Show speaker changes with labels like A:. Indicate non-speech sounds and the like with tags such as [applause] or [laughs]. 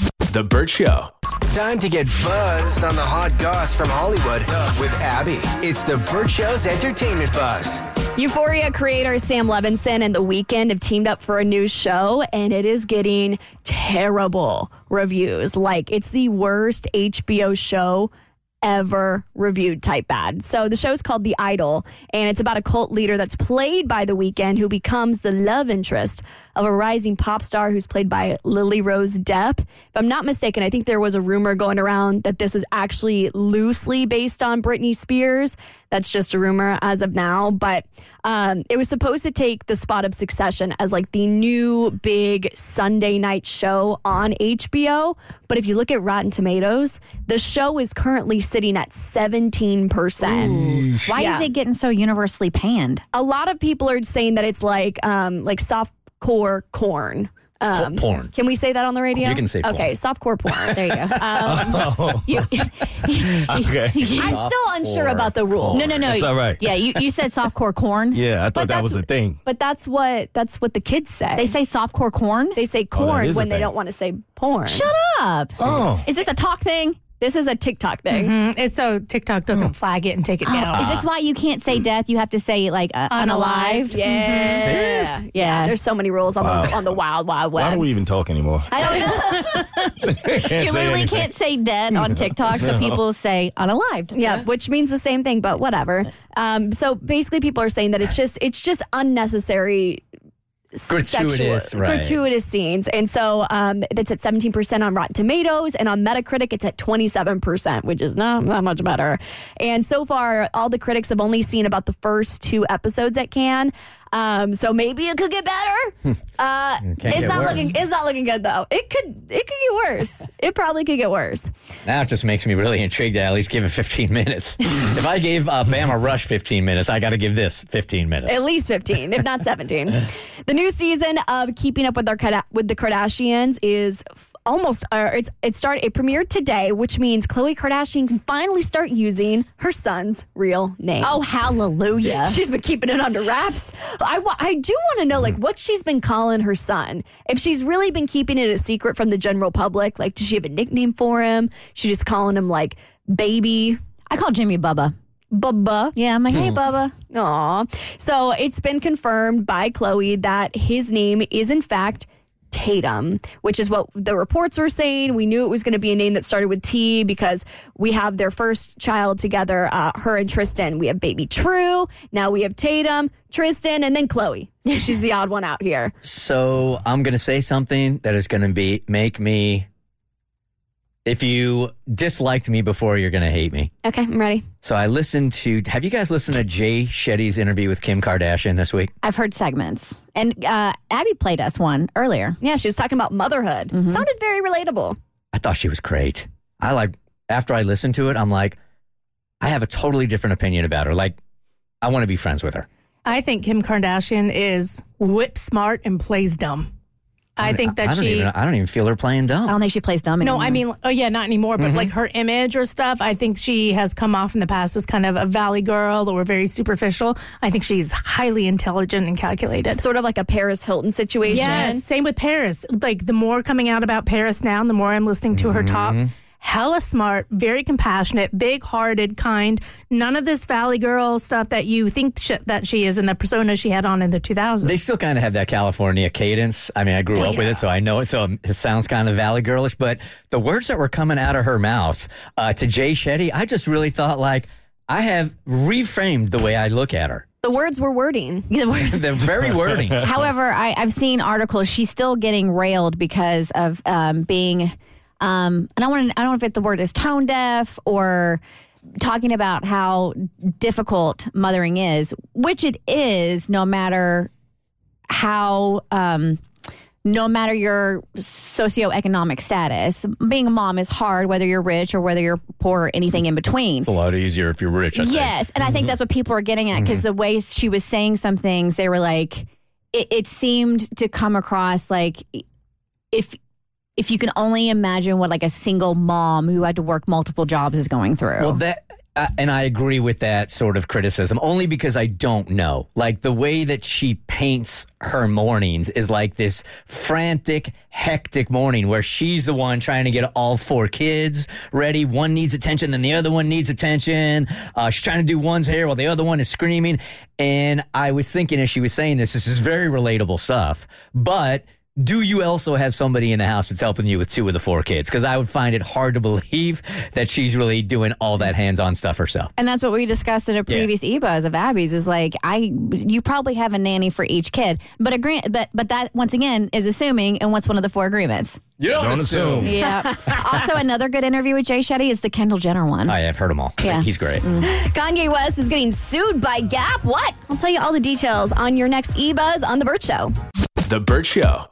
A: The Burt Show.
B: Time to get buzzed on the hot goss from Hollywood with Abby. It's the Burt Show's entertainment buzz.
C: Euphoria creator Sam Levinson and The Weeknd have teamed up for a new show, and it is getting terrible reviews. Like, it's the worst HBO show ever reviewed type bad. So the show is called The Idol and it's about a cult leader that's played by The Weeknd who becomes the love interest of a rising pop star who's played by Lily Rose Depp. If I'm not mistaken, I think there was a rumor going around that this was actually loosely based on Britney Spears. That's just a rumor as of now, but um, it was supposed to take the spot of Succession as like the new big Sunday night show on HBO. But if you look at Rotten Tomatoes, the show is currently sitting at 17%.
D: Why
C: Yeah.
D: is it getting so universally panned?
C: A lot of people are saying that it's like um, like soft core corn. Um,
E: porn.
D: [laughs]
C: Can we say that on the radio?
E: You can say porn.
C: Okay, softcore porn. There you go.
E: [laughs]
C: Um,
E: Oh. Okay.
C: I'm still unsure about the rules.
D: No, no, no.
E: That's all right.
D: Yeah, you, you said softcore corn.
E: [laughs] Yeah, I thought that
C: that's-
E: was a thing.
C: But that's what that's what the kids say.
D: They say softcore corn.
C: they say corn
E: Oh, is a
C: when they
E: thing.
C: don't want to say porn.
D: Shut up.
E: Oh.
D: Is this a talk thing?
C: This is a TikTok thing.
D: Mm-hmm.
F: It's so TikTok doesn't flag it and take it down.
D: Oh, Is
E: Uh.
D: this why you can't say death? You have to say like uh, unalive.
C: Yeah.
E: Serious?
D: Yeah.
C: There's so many rules on the on the wild wild
E: Why
C: web.
E: do we even talk anymore?
D: I [laughs] don't know.
E: Can't say
D: You literally
E: anything.
D: can't say dead
E: [laughs]
D: on TikTok, so people say unalived.
C: yeah, which means the same thing, but whatever. Um, so basically, people are saying that it's just it's just unnecessary, s-
E: Gratuitous,
C: sexual-
E: right.
C: gratuitous scenes, and so um, that's at seventeen percent on Rotten Tomatoes, and on Metacritic it's at twenty seven percent, which is not that much better. And so far, all the critics have only seen about the first two episodes at Cannes, um, so maybe it could get better. uh, it's
G: get
C: not
G: worse.
C: looking it's not looking good though. It could it could get worse. it probably could get worse.
G: Now it just makes me really intrigued to at least give it 15 [laughs] minutes. if I gave uh, Bama Rush 15 minutes, I got to give this 15 minutes.
C: At least 15, if not 17. The new season of Keeping Up with our Kada- with the Kardashians is f- almost uh, it's it started it premiered today, which means Khloe Kardashian can finally start using her son's real name.
D: Oh, hallelujah.
C: She's been keeping it under wraps. I, wa- I do want to know, like, what she's been calling her son. If she's really been keeping it a secret from the general public, like, does she have a nickname for him? She just calling him, like, baby,
D: I call Jimmy Bubba.
C: Bubba.
D: Yeah, I'm like, hey, Bubba.
C: Mm-hmm. Aw. So it's been confirmed by Chloe that his name is, in fact, Tatum, which is what the reports were saying. We knew it was going to be a name that started with T because we have their first child together, uh, her and Tristan. We have baby True. Now we have Tatum, Tristan, and then Chloe. [laughs] So she's the odd one out here.
G: So I'm going to say something that is going to be make me. If you disliked me before, you're going to hate me.
C: Okay, I'm ready.
G: So I listened to. Have you guys listened to Jay Shetty's interview with Kim Kardashian this week?
D: I've heard segments. And uh, Abby played us one earlier.
C: Yeah, she was talking about motherhood. Sounded very relatable.
G: I thought she was great. I like after I listened to it, I'm like, I have a totally different opinion about her. Like, I want to be friends with her.
F: I think Kim Kardashian is whip smart and plays dumb. I, think that
G: I don't
F: she.
G: even. I don't even feel her playing dumb.
D: I don't think she plays dumb
F: no,
D: anymore.
F: I mean, oh yeah, not anymore. But like her image or stuff, I think she has come off in the past as kind of a valley girl or very superficial. I think she's highly intelligent and calculated.
C: Sort of like a Paris Hilton situation.
F: Yes, same with Paris. Like the more coming out about Paris now, and the more I'm listening to her talk. Hella smart, very compassionate, big-hearted, kind. None of this valley girl stuff that you think sh- that she is, and the persona she had on in the 2000s.
G: They still kind of have that California cadence. I mean, I grew up with it, so I know it. So it sounds kind of Valley Girlish, but the words that were coming out of her mouth uh, to Jay Shetty, I just really thought like I have reframed the way I look at her.
C: The words were wording.
D: The worst-
G: The very wording.
D: However, I, I've seen articles. She's still getting railed because of um, being, um, and I want to. I don't know if the word is tone deaf or talking about how difficult mothering is, which it is, no matter how. Um, no matter your socioeconomic status, being a mom is hard, whether you're rich or whether you're poor or anything in between.
G: It's a lot easier if you're rich. I think.
D: Yes, and I think that's what people are getting at because the way she was saying some things, they were like, it, it seemed to come across like if if you can only imagine what like a single mom who had to work multiple jobs is going through.
G: Well, that Uh, and I agree with that sort of criticism only because I don't know. Like the way that she paints her mornings is like this frantic, hectic morning where she's the one trying to get all four kids ready. One needs attention, then the other one needs attention. Uh, she's trying to do one's hair while the other one is screaming. And I was thinking as she was saying this, this is very relatable stuff. But do you also have somebody in the house that's helping you with two of the four kids? Because I would find it hard to [laughs] believe that she's really doing all that hands-on stuff herself.
D: And that's what we discussed in a previous EBOs of Abby's is like I you probably have a nanny for each kid. But agree but but that once again is assuming and what's one of the four agreements.
G: You don't,
E: assume.
D: Yeah. [laughs] also another good interview with Jay Shetty is the Kendall Jenner one.
G: I have heard them all.
D: Yeah.
G: He's great.
C: Kanye West is getting sued by E Gap. What? I'll tell you all the details on your next eBuzz on The Burt Show.
B: The Burt Show.